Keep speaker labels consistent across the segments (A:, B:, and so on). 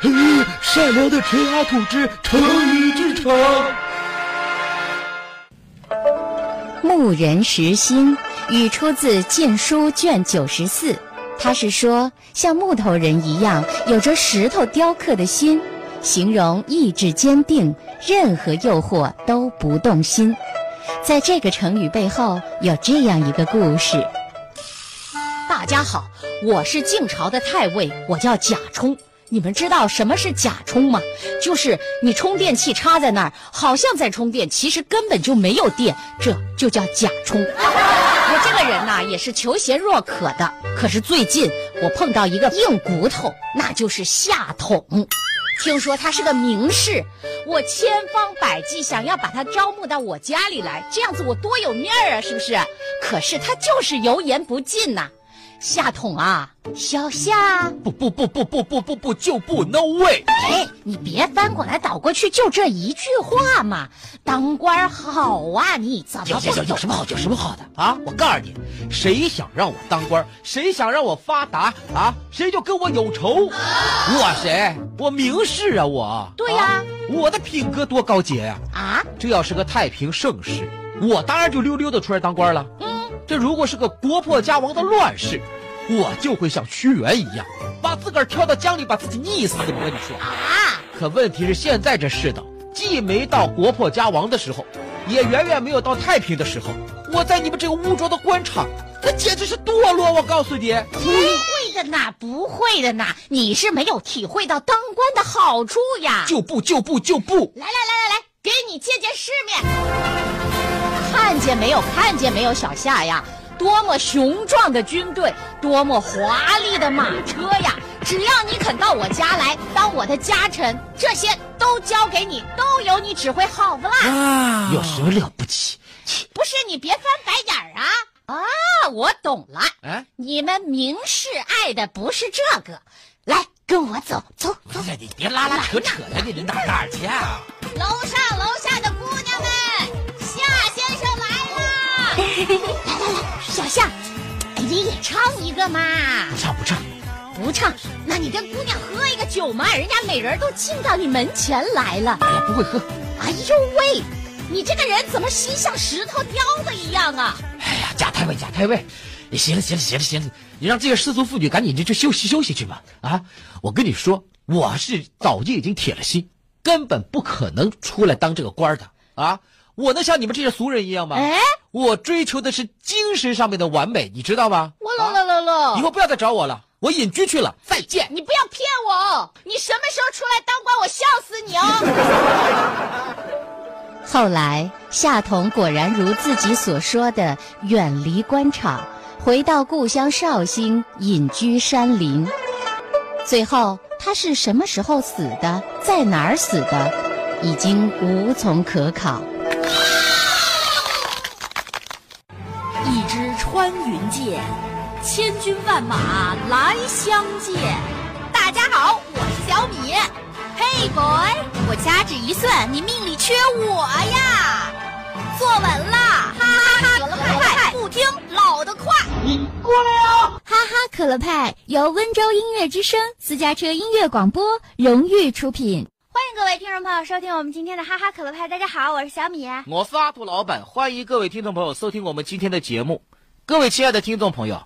A: 善良的陈阿土之成语之城。
B: 牧人识心语出自《谏书》卷九十四，它是说像木头人一样有着石头雕刻的心，形容意志坚定，任何诱惑都不动心。在这个成语背后有这样一个故事。
C: 大家好，我是晋朝的太尉，我叫贾充。你们知道什么是假充吗？就是你充电器插在那儿，好像在充电，其实根本就没有电，这就叫假充。我这个人呐、也是求贤若渴的，可是最近我碰到一个硬骨头，那就是夏统。听说他是个名士，我千方百计想要把他招募到我家里来，这样子我多有面儿啊，是不是？可是他就是油盐不进呐、夏统啊，小夏。
A: 不不不不不不不不就不 no way！
C: 哎，你别翻过来倒过去，就这一句话嘛。当官儿好啊，你怎么
A: 有
C: 不
A: 有有有
C: 懂
A: 什么好有什么好的啊？我告诉你，谁想让我当官，谁想让我发达啊，谁就跟我有仇。我谁？我明士啊，我。
C: 对呀
A: 啊我的品格多高洁呀、
C: 啊？
A: 这要是个太平盛世，我当然就溜溜的出来当官了。
C: 嗯，
A: 这如果是个国破家亡的乱世，我就会像屈原一样，把自个儿跳到江里，把自己溺死。我跟你说，
C: 啊，
A: 可问题是现在这世道，既没到国破家亡的时候，也远远没有到太平的时候。我在你们这个污浊的官场，那简直是堕落！我告诉你，
C: 不会的呐，不会的呐，你是没有体会到当官的好处呀。
A: 就不就不就不，
C: 来来来来来，给你见见世面。看见没有？看见没有，小夏呀？多么雄壮的军队，多么华丽的马车呀！只要你肯到我家来当我的家臣，这些都交给你，都由你指挥，好不啦？
A: 有什么了不起？切
C: 不是你别翻白眼儿啊！啊，我懂了，
A: 哎，
C: 你们明示爱的不是这个，来跟我走，走走
A: 不。是你别拉拉扯扯呀，你哪哪儿去啊？
C: 楼上楼下的姑娘们，夏先生来啦！来来来，小夏，你也唱一个嘛？
A: 不唱不唱，
C: 不唱，那你跟姑娘喝一个酒嘛？人家每人都进到你门前来了。
A: 哎呀，不会喝。
C: 哎呦喂，你这个人怎么心像石头雕的一样啊？
A: 哎呀，贾太尉，贾太尉，你行了，行了，行了，行了，你让这个失足妇女赶紧就去休息休息去吧。啊，我跟你说，我是早就已经铁了心，根本不可能出来当这个官儿的啊！我能像你们这些俗人一样吗？
C: 哎，
A: 我追求的是精神上面的完美，你知道吗？啊
C: 我喽喽喽喽！
A: 以后不要再找我了，我隐居去了，再见。
C: 你不要骗我哦！你什么时候出来当官，我笑死你哦！
B: 后来，夏童果然如自己所说的，远离官场，回到故乡绍兴，隐居山林。最后，他是什么时候死的，在哪儿死的，已经无从可考。
D: 一支穿云箭，千军万马来相见。
C: 大家好，我是小米。Hey boy，我掐指一算，你命里缺我呀！坐稳了，哈哈哈，可乐派不听老的快。
E: 哦哈哈可乐派由温州音乐之声私家车音乐广播荣誉出品。
F: 欢迎各位听众朋友收听我们今天的哈哈可乐派。大家好，我是小米。
A: 我是阿土老板，欢迎各位听众朋友收听我们今天的节目。各位亲爱的听众朋友，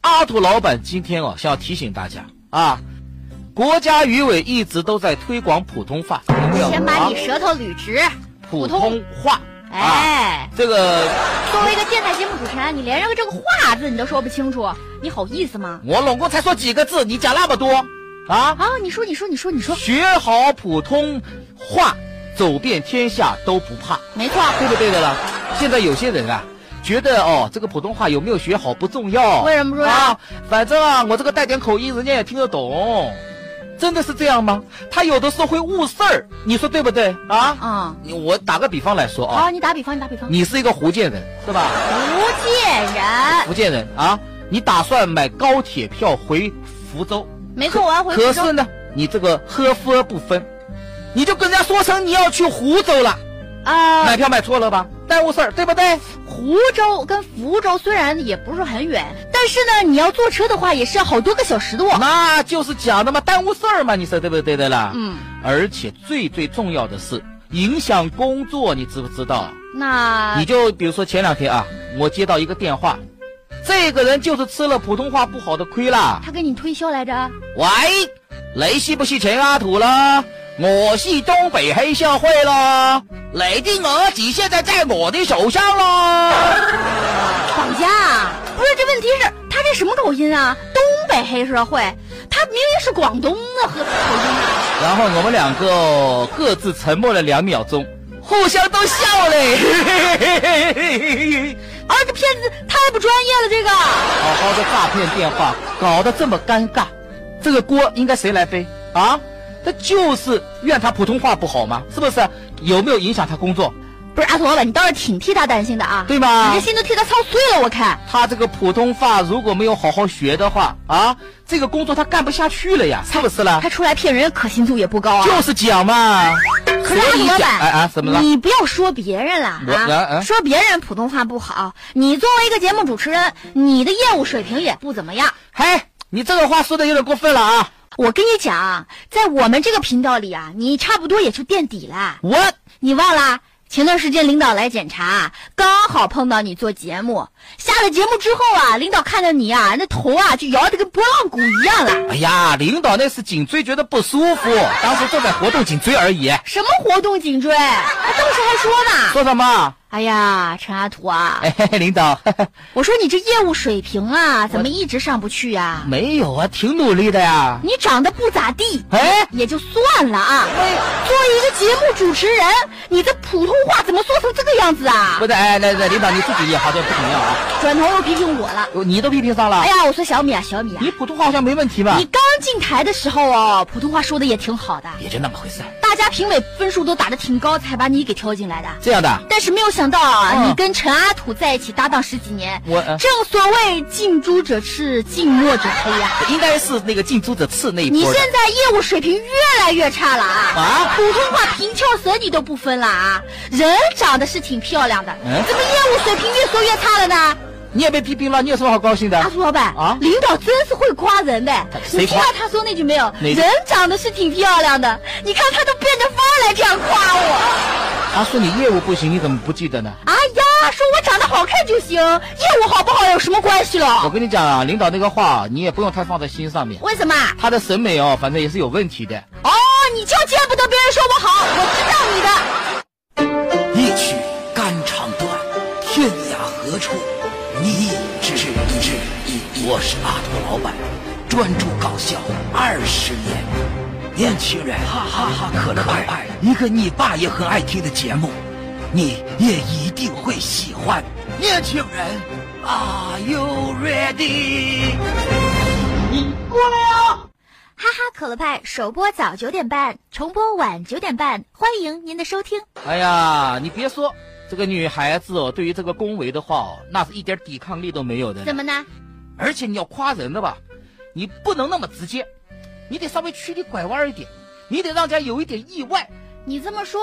A: 阿土老板今天哦，想要提醒大家啊，国家语委一直都在推广普通话，有没有
F: 先把
A: 啊
F: 你舌头捋直。
A: 普通话啊，
F: 哎，
A: 这个
F: 作为一个电台节目主持人，你连这个这个“话”字你都说不清楚，你好意思吗？
A: 我拢共才说几个字，你讲那么多啊？
F: 啊，你说，你说，你说，你说，
A: 学好普通话，走遍天下都不怕。
F: 没错。
A: 对不对的了？现在有些人啊，觉得哦，这个普通话有没有学好不重要。
F: 为什么重要
A: 啊？反正啊，我这个带点口音，人家也听得懂。真的是这样吗？他有的时候会误事儿，你说对不对啊？
F: 啊、
A: 你我打个比方来说啊，
F: 好，你打比方，你打比方。
A: 你是一个福建人是吧？
F: 福建人，
A: 福建人啊，你打算买高铁票回福州，
F: 没错，我要回
A: 可
F: 福
A: 是
F: 州
A: 呢，你这个呵佛不分，你就跟人家说成你要去湖州了，
F: 啊。
C: 呃
A: 买票买错了吧？耽误事儿，对不对？
F: 湖州跟福州虽然也不是很远，但
C: 但是呢，你要坐车的话，也是要好多个小时的 哦。
A: 那就是讲的嘛，耽误事儿嘛，你说对不对的啦？
C: 嗯，
A: 而且最最重要的是影响工作，你知不知道？
C: 那
A: 你就比如说前两天啊，我接到一个电话，这个人就是吃了普通话不好的亏啦。
C: 他跟你推销来着？
A: 喂，你是不是陈阿土啦？我是东北黑社会啦，你的儿子现在在我的手上啦。
C: 绑架啊？不是，这问题是他这什么口音啊？东北黑社会，他明明是广东的和口音。
A: 然后我们两个各自沉默了两秒钟，互相都笑嘞。
C: 啊，这骗子太不专业了，这个。
A: 好好的诈骗电话，搞得这么尴尬，这个锅应该谁来背啊？他就是怨他普通话不好嘛，是不是？有没有影响他工作？
C: 不是阿土老板，你倒是挺替他担心的啊，
A: 对吧
C: 你这心都替他操碎了，我看。
A: 他这个普通话如果没有好好学的话啊，这个工作他干不下去了呀，是不是啦
C: 他？出来骗人可信度也不高啊。
A: 就是讲嘛，
C: 可是阿土老板，
A: 哎哎，怎么了？
C: 你不要说别人了
A: 我啊啊
C: 啊，说别人普通话不好，你作为一个节目主持人，你的业务水平也不怎么样。
A: 嘿，你这个话说的有点过分了啊！
C: 我跟你讲啊，在我们这个频道里啊，你差不多也就垫底了。
A: 我
C: 你忘了？前段时间领导来检查，刚好碰到你做节目。下了节目之后啊，领导看到你啊，那头啊就摇得跟拨浪鼓一样了。
A: 哎呀，领导那是颈椎觉得不舒服，当时正在活动颈椎而已。
C: 什么活动颈椎？他当时还说呢。
A: 说什么？
C: 哎呀，陈阿土啊，
A: 哎，嘿嘿领导。嘿嘿
C: 我说你这业务水平啊，怎么一直上不去呀、
A: 没有啊，挺努力的呀。
C: 你长得不咋地，
A: 哎，
C: 也就算了啊。作为一个节目主持人，你的普通话怎么说成这个样子啊
A: 不？是，哎，那那领导你自己也好像不怎么样啊，
C: 转头又批评我了。
A: 呃你都批评上了。
C: 哎呀，我说小米啊，小米 啊，
A: 你普通话好像没问题吧
C: 你？刚进台的时候哦，普通话说的也挺好的，
A: 也就那么回事儿。
C: 大家评委分数都打得挺高，才把你给挑进来的。
A: 这样的，
C: 但是没有想到啊，
A: 嗯
C: 你跟陈阿土在一起搭档十几年，
A: 我呃
C: 正所谓近朱者赤，近墨者黑呀、
A: 应该是那个近朱者赤那一
C: 你
A: 波
C: 现
A: 的。
C: 在业务水平越来越差了啊！
A: 啊
C: 普通话平翘舌你都不分了啊！人长得是挺漂亮的，
A: 嗯
C: 怎么业务水平越说越差了呢？
A: 你也被批评了，你有什么好高兴的
C: 阿？福老板
A: 啊
C: 领导真是会夸人呗！
A: 谁
C: 你听
A: 夸
C: 到他说那句没有？
A: 哪句
C: 人长得是挺漂亮的，你看他都变着法儿来这样夸我。
A: 他说你业务不行，你怎么不记得呢？
C: 哎呀，说我长得好看就行，业务好不好有什么关系
A: 我
C: 了？
A: 跟你讲啊，领导那个话你也不用太放在心上面。
C: 为什么？
A: 他的审美哦，反正也是有问题的。
C: 哦，你就见不得别人说我好，我知道你的。
G: 一曲肝肠断，天涯何处觅知音？我是阿土老板，专注搞笑二十年。年轻人，哈哈哈可乐派，一个你爸也很爱听的节目，你也一定会喜欢。年轻人，Are 啊 you ready？
E: 哈哈可乐派首播早九点半，重播晚九点半，欢迎您的收听。
A: 哎呀，你别说，这个女孩子哦，对于这个恭维的话哦，那是一点抵抗力都没有的。
E: 怎么呢？
A: 而且你要夸人的吧，你不能那么直接，你得稍微曲里拐弯一点，你得让人家有一点意外。
C: 你这么说，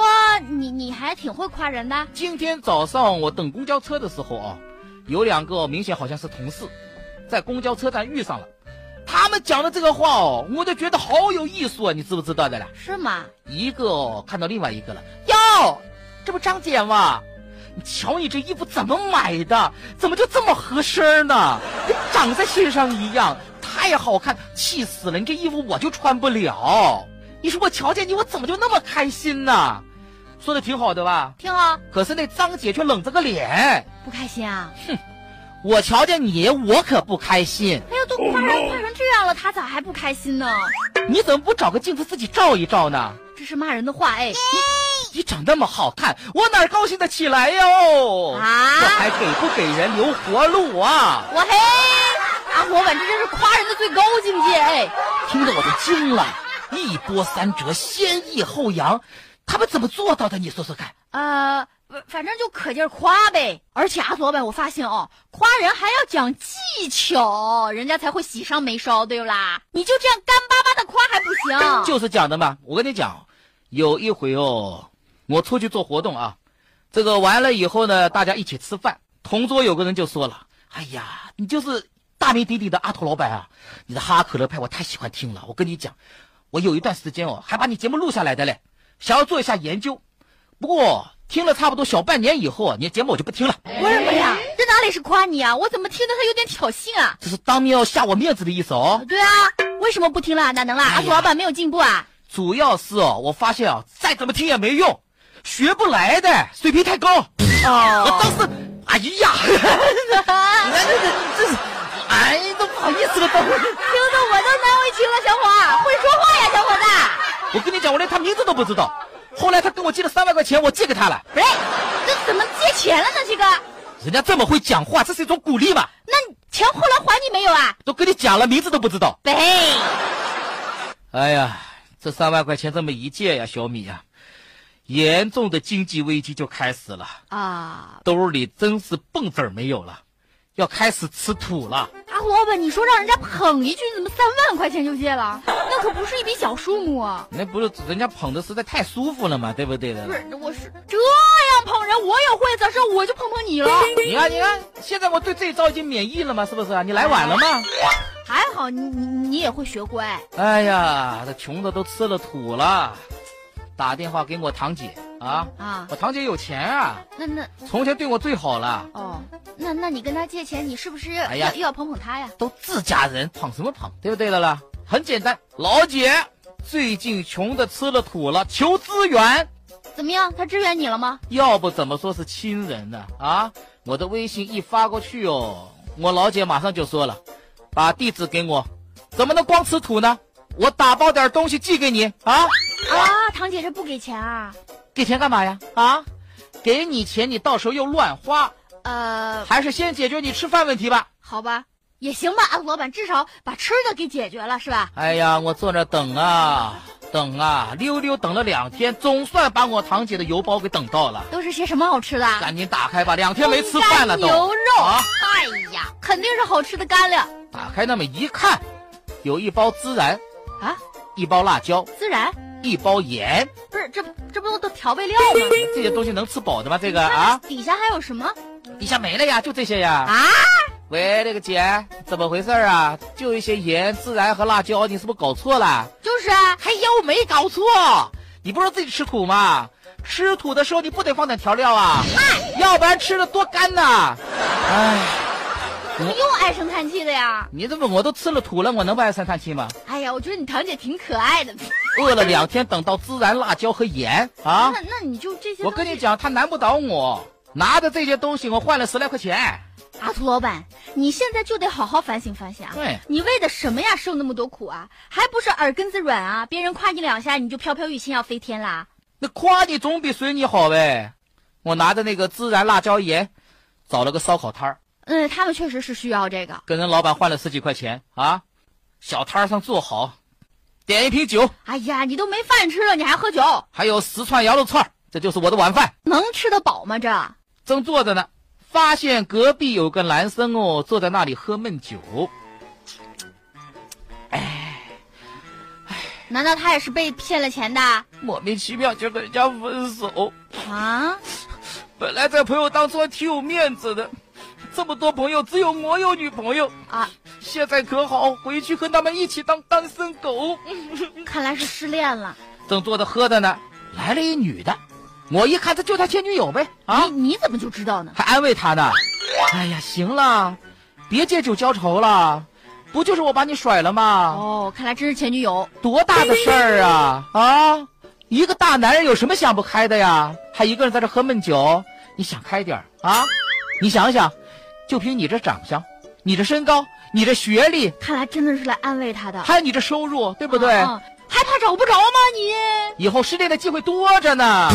C: 你你还挺会夸人的。
A: 今天早上我等公交车的时候啊，有两个明显好像是同事，在公交车站遇上了，他们讲的这个话哦，我就觉得好有艺术啊，你知不知道的啦？
C: 是吗？
A: 一个哦看到另外一个了，哟，这不张姐吗？你瞧你这衣服怎么买的？怎么就这么合身儿呢？跟长在身上一样，太好看，气死了！你这衣服我就穿不了。你说我瞧见你，我怎么就那么开心呢？说的挺好的吧？
C: 听啊，
A: 可是那张姐却冷着个脸。
C: 不开心啊？
A: 我瞧见你，我可不开心。
C: 哎呦，都夸人夸成这样了，他咋还不开心呢？
A: 你怎么不找个镜子自己照一照呢？
C: 这是骂人的话哎！
A: 你长那么好看，我哪儿高兴得起来哟？
C: 啊
A: 这还给不给人留活路啊？
C: 我嘿，啊阿火反正这是夸人的最高境界哎！
A: 听得我都惊了，一波三折，先抑后扬，他们怎么做到的？你说说看。
C: 呃，反反正就可劲儿夸呗。而且阿土老板，我发现哦，夸人还要讲技巧，人家才会喜上眉梢，对不啦？你就这样干巴巴的夸还不行？
A: 就是讲的嘛。我跟你讲，有一回哦，我出去做活动啊，这个完了以后呢，大家一起吃饭，同桌有个人就说了：“哎呀，你就是大名鼎鼎的阿头老板啊，你的哈哈可乐派我太喜欢听了。我跟你讲，我有一段时间哦，还把你节目录下来的嘞，想要做一下研究。不过哦听了差不多小半年以后啊，你的节目我就不听了，
C: 为什么呀？这哪里是夸你啊？我怎么听着他有点挑衅啊？
A: 这是当面要吓我面子的意思哦。
C: 对啊，为什么不听了？哪能啦？阿土老板没有进步啊？
A: 主要是哦，我发现啊，再怎么听也没用，学不来的，水平太高。我
C: 哦，
A: 当时，哎呀，你看这个这是，哎，都不好意思了，都。
C: 听得我都难为情了，小伙儿，会说话呀，小伙子。
A: 我跟你讲，我连他名字都不知道。后来他跟我借了三万块钱，我借给他了。
C: 不是，这怎么借钱了呢？这个，
A: 人家这么会讲话，这是一种鼓励嘛？
C: 那钱后来还你没有啊？
A: 都跟你讲了，名字都不知道。
C: 呗，
A: 哎呀，这三万块钱这么一借呀，小米呀、严重的经济危机就开始了啊！兜里真是蹦子儿没有了，要开始吃土了。
C: 阿虎老板，你说让人家捧一句，怎么三万块钱就借了？那可不是一笔小数目啊！
A: 那不是人家捧的实在太舒服了嘛，对不对的
C: 不？是，我是这样捧人，我也会，咋事我就捧捧你了。
A: 你看，你看，现在我对这一招已经免疫了嘛，是不是啊？你来晚了嘛？
C: 还好你你你也会学乖。
A: 哎呀，这穷的都吃了土了，打电话给我堂姐啊
C: 啊
A: 我堂姐有钱啊，
C: 那那
A: 从前对我最好了。
C: 哦，那那你跟他借钱，你是不是要、
A: 哎呀
C: 又要捧捧他呀？
A: 都自家人，捧什么捧？对不对了啦？很简单，老姐最近穷的吃了土了，求支援。
C: 怎么样，他支援你了吗？
A: 要不怎么说是亲人呢？啊，我的微信一发过去哦，我老姐马上就说了，把地址给我，怎么能光吃土呢？我打包点东西寄给你啊，
C: 啊，堂姐这不给钱啊？
A: 给钱干嘛呀？啊，给你钱你到时候又乱花，
C: 呃，
A: 还是先解决你吃饭问题吧。
C: 好吧，也行吧，阿虎老板，至少把吃的给解决了是吧？
A: 哎呀，我坐那等啊等啊，溜溜等了两天，总算把我堂姐的邮包给等到了。
C: 都是些什么好吃的啊？
A: 赶紧打开吧，两天没吃饭了都。
C: 风干牛肉，
A: 啊！
C: 哎呀，肯定是好吃的干粮
A: 打开那么一看，有一包孜然，
C: 啊！
A: 一包辣椒，
C: 孜然
A: 一包盐，
C: 不是这这不都调味料吗？
A: 这些东西能吃饱的吗？这个
C: 嗯
A: 啊，
C: 底下还有什么
A: 底下没了呀，就这些呀。
C: 啊？
A: 喂，那个姐，怎么回事儿啊？就一些盐、孜然和辣椒，你是不是搞错了？
C: 就是啊，
A: 哎呀，我没搞错，你不是自己吃土吗？吃土的时候你不得放点调料啊，要不然吃的多干呐。哎，
C: 又唉声叹气的呀。
A: 你怎么我都吃了土了，我能不唉声叹气吗？
C: 哎呀，我觉得你堂姐挺可爱的。
A: 饿了两天，等到孜然、辣椒和盐啊！
C: 那那你就这些。
A: 我跟你，讲，他难不倒我。拿着这些东西，我换了十来块钱。
C: 阿图老板，你现在就得好好反省反省啊！
A: 对
C: 你为的什么呀？受那么多苦啊？还不是耳根子软啊？别人夸你两下，你就飘飘欲仙要飞天啦？
A: 那夸你总比随你好呗。我拿着那个孜然、辣椒、盐，找了个烧烤摊儿，
C: 嗯，他们确实是需要这个。
A: 跟人老板换了十几块钱啊。小摊儿上坐好，点一瓶酒，
C: 哎呀，你都没饭吃了，你还喝酒，
A: 还有十串羊肉串儿，这就是我的晚饭。
C: 能吃得饱吗？这
A: 正坐着呢，发现隔壁有个男生哦，坐在那里喝闷酒。
C: 难道他也是被骗了钱的
A: 莫名其妙就跟人家分手。
C: 啊？
A: 本来在朋友当中还挺有面子的，这么多朋友只有我有女朋友
C: 啊，
A: 现在可好，回去和他们一起当单身狗。
C: 看来是失恋了。
A: 正坐着喝着呢，来了一女的，我一看这就他前女友呗，啊，
C: 你你怎么就知道呢？
A: 还安慰他呢。哎呀，行了，别借酒浇愁了，不就是我把你甩了吗？
C: 哦，看来真是前女友。
A: 多大的事儿啊啊！一个大男人有什么想不开的呀？还一个人在这喝闷酒，你想开点儿啊！你想想，就凭你这长相、你这身高、你这学历，
C: 看来真的是来安慰他的，
A: 还有你这收入，对不对？
C: 啊还怕找不着吗你？
A: 以后失恋的机会多着呢，
C: 啊，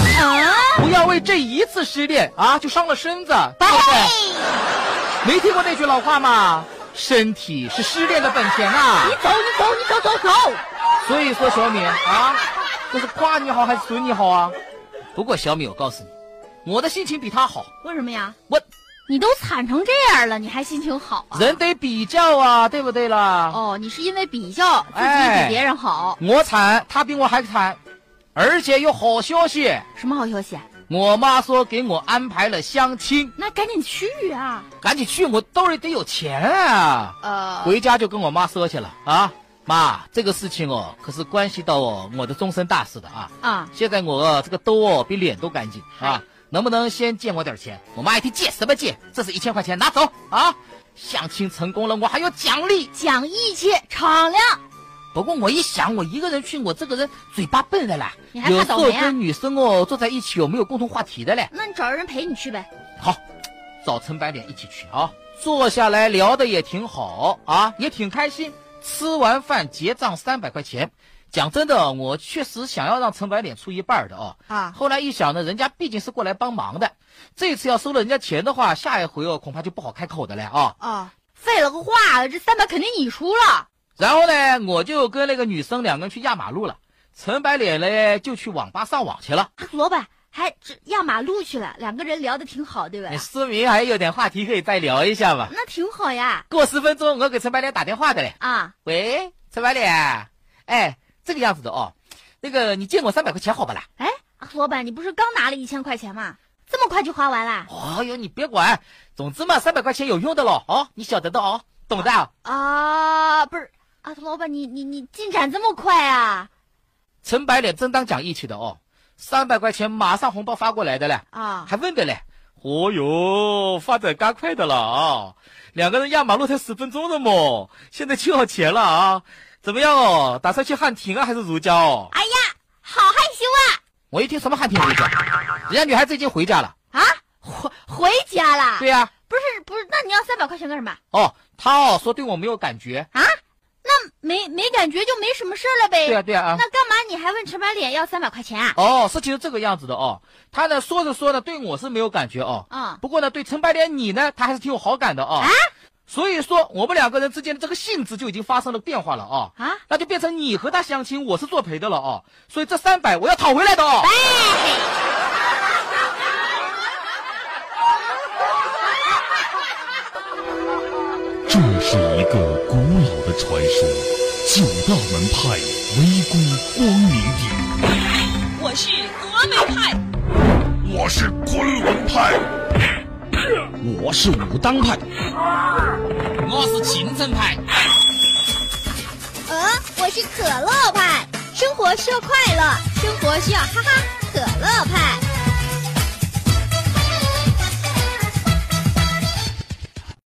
A: 不要为这一次失恋啊就伤了身子，对不对？没听过那句老话吗？身体是失恋的本钱啊！
C: 走你走你走走走！
A: 所以说，小米啊，这是夸你好还是损你好啊？不过小米，我告诉你，我的心情比他好。
C: 为什么呀？
A: 我
C: 你都惨成这样了，你还心情好啊？
A: 人得比较啊，对不对啦？
C: 哦，你是因为比较自己
A: 哎
C: 比别人好，
A: 我惨，他比我还惨，而且有好消息，
C: 什么好消息？啊
A: 我妈说给我安排了相亲，
C: 那赶紧去啊！
A: 赶紧去，我兜里得有钱啊！
C: 呃，
A: 回家就跟我妈说去了啊，妈，这个事情哦，可是关系到哦我的终身大事的啊！
C: 啊，哎
A: 现在我哦这个兜哦比脸都干净啊，能不能先借我点钱？我妈一听借什么借，这是一千块钱，拿走啊！相亲成功了，我还有奖励。
C: 讲义气，敞亮。
A: 不过我一想，我一个人去，我这个人嘴巴笨的啦，
C: 你还
A: 有
C: 怕
A: 时
C: 倒
A: 候
C: 霉啊
A: 跟女生哦坐在一起，有没有共同话题的嘞？
C: 那你找人陪你去呗。
A: 好，早晨白脸一起去啊，坐下来聊的也挺好啊，也挺开心。吃完饭结账三百块钱，讲真的，我确实想要让陈白脸出一半的啊。
C: 啊，
A: 后来一想呢，人家毕竟是过来帮忙的，这次要收了人家钱的话，下一回哦恐怕就不好开口的了啊。
C: 啊，废了个话，这三百肯定你出了。
A: 然后呢，我就跟那个女生两个人去压马路了，陈白脸嘞就去网吧上网去了。
C: 啊，老板还这压马路去了，两个人聊的挺好，对吧？
A: 哎思明还有点话题可以再聊一下嘛。
C: 那挺好呀。
A: 过十分钟我给陈白脸打电话的嘞。
C: 啊，
A: 喂，陈白脸，哎，这个样子的哦，那个你借我三百块钱好不啦？
C: 哎，啊老板，你不是刚拿了一千块钱吗？这么快就花完啦？
A: 哦哟，你别管，总之嘛，三百块钱有用的咯，哦，你晓得的哦，懂的。
C: 啊，不是啊，老板，你你你进展这么快啊？
A: 陈白脸真当讲义气的哦，三百块钱马上红包发过来的嘞，
C: 啊，
A: 还问的嘞。哦哟，发展加快的了啊！两个人压马路才十分钟的么，现在就要钱了啊！怎么样哦？打算去汉庭啊，还是如家哦？
C: 哎呀，好害羞
A: 我一听什么汉庭如家，人家女孩子已经回家了。
C: 啊！啊，回回家啦？
A: 对呀、
C: 不是不是，那你要三百块钱干什么？啊
A: 哦，他哦说对我没有感觉。
C: 没没感觉就没什么事儿了呗。
A: 对啊，对啊啊。
C: 哎那干嘛你还问陈白脸要三百块钱啊？
A: 哦，事情是这个样子的哦。他呢说着说着对我是没有感觉哦，
C: 啊、
A: 不过呢对陈白莲你呢他还是挺有好感的哦。
C: 啊
A: 所以说我们两个人之间的这个性质就已经发生了变化了哦。
C: 啊！
A: 那就变成你和他相亲，我是作陪的了哦。所以这三百我要讨回来的
C: 哎
A: 哦。
H: 这是一个古老的传说，九大门派围攻光明顶。
D: 我是峨眉派，
H: 我是昆仑派，
G: 我是武当派，
A: 我是秦正派，
E: 呃，我是可乐派，生活需要快乐，生活需要哈哈可乐派。